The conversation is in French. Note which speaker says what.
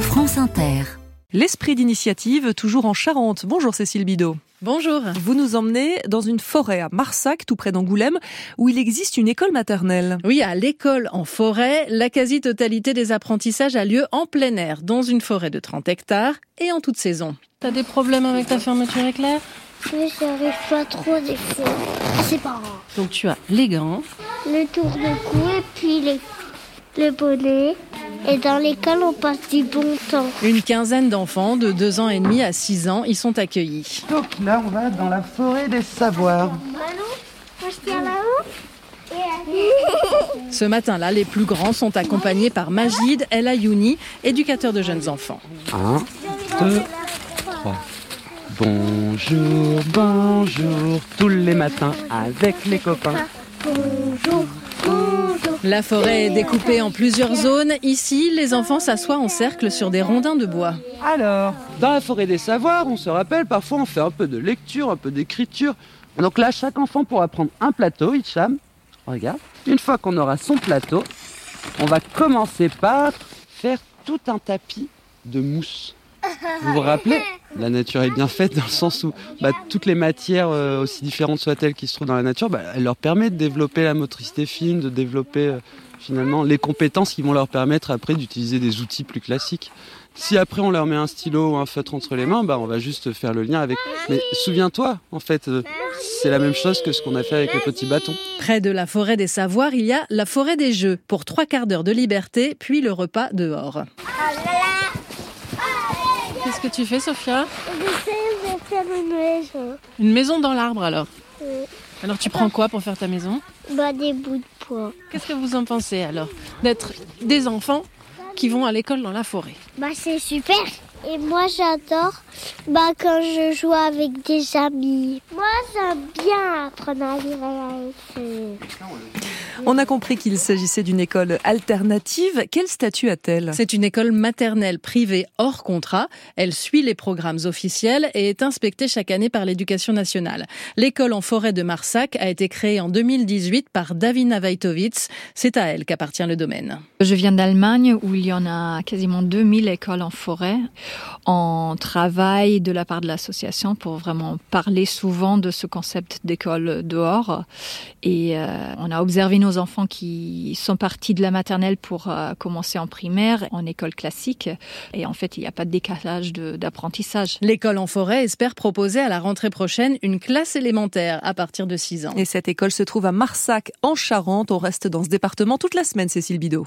Speaker 1: France Inter.
Speaker 2: L'esprit d'initiative, toujours en Charente. Bonjour Cécile Bidot.
Speaker 3: Bonjour.
Speaker 2: Vous nous emmenez dans une forêt à Marsac, tout près d'Angoulême, où il existe une école maternelle.
Speaker 3: Oui, à l'école en forêt, la quasi-totalité des apprentissages a lieu en plein air, dans une forêt de 30 hectares et en toute saison.
Speaker 4: T'as des problèmes avec ta fermeture éclair
Speaker 5: Mais j'arrive pas trop des fois. Ah, C'est pas grave.
Speaker 4: Donc tu as les gants.
Speaker 5: Le tour de cou et puis les- le bonnet. Et dans l'école, on passe du bon temps.
Speaker 3: Une quinzaine d'enfants de 2 ans et demi à 6 ans y sont accueillis.
Speaker 6: Donc là, on va dans la forêt des savoirs.
Speaker 5: Moi, je tiens là-haut.
Speaker 3: Ce matin-là, les plus grands sont accompagnés par Majid El Ayouni, éducateur de jeunes enfants.
Speaker 7: Bonjour, bonjour, tous les matins avec les copains.
Speaker 5: Bonjour, bonjour.
Speaker 3: La forêt est découpée en plusieurs zones. Ici, les enfants s'assoient en cercle sur des rondins de bois.
Speaker 7: Alors, dans la forêt des savoirs, on se rappelle, parfois on fait un peu de lecture, un peu d'écriture. Donc là, chaque enfant pourra prendre un plateau, il chame. Regarde. Une fois qu'on aura son plateau, on va commencer par faire tout un tapis de mousse. Vous vous rappelez La nature est bien faite dans le sens où bah, toutes les matières, euh, aussi différentes soient-elles, qui se trouvent dans la nature, bah, elle leur permet de développer la motricité fine, de développer euh, finalement les compétences qui vont leur permettre après d'utiliser des outils plus classiques. Si après on leur met un stylo ou un feutre entre les mains, bah, on va juste faire le lien avec. Mais souviens-toi, en fait, euh, c'est la même chose que ce qu'on a fait avec le petit bâton.
Speaker 3: Près de la forêt des savoirs, il y a la forêt des jeux, pour trois quarts d'heure de liberté, puis le repas dehors.
Speaker 4: Qu'est-ce que tu fais, Sophia
Speaker 5: J'essaie de faire une maison.
Speaker 4: Une maison dans l'arbre alors.
Speaker 5: Oui.
Speaker 4: Alors tu prends quoi pour faire ta maison
Speaker 5: Bah, des bouts de poids.
Speaker 4: Qu'est-ce que vous en pensez alors D'être des enfants qui vont à l'école dans la forêt.
Speaker 5: Bah, c'est super. Et moi, j'adore bah, quand je joue avec des amis. Moi, j'aime bien apprendre à vivre avec eux.
Speaker 2: On a compris qu'il s'agissait d'une école alternative. Quel statut a-t-elle
Speaker 3: C'est une école maternelle privée hors contrat. Elle suit les programmes officiels et est inspectée chaque année par l'éducation nationale. L'école en forêt de Marsac a été créée en 2018 par Davina Vaitovitz. C'est à elle qu'appartient le domaine.
Speaker 8: Je viens d'Allemagne où il y en a quasiment 2000 écoles en forêt. On travaille de la part de l'association pour vraiment parler souvent de ce concept d'école dehors. Et euh, on a observé nos enfants qui sont partis de la maternelle pour euh, commencer en primaire, en école classique. Et en fait, il n'y a pas de décalage de- d'apprentissage.
Speaker 3: L'école en forêt espère proposer à la rentrée prochaine une classe élémentaire à partir de 6 ans.
Speaker 2: Et cette école se trouve à Marsac, en Charente. On reste dans ce département toute la semaine, Cécile Bidot.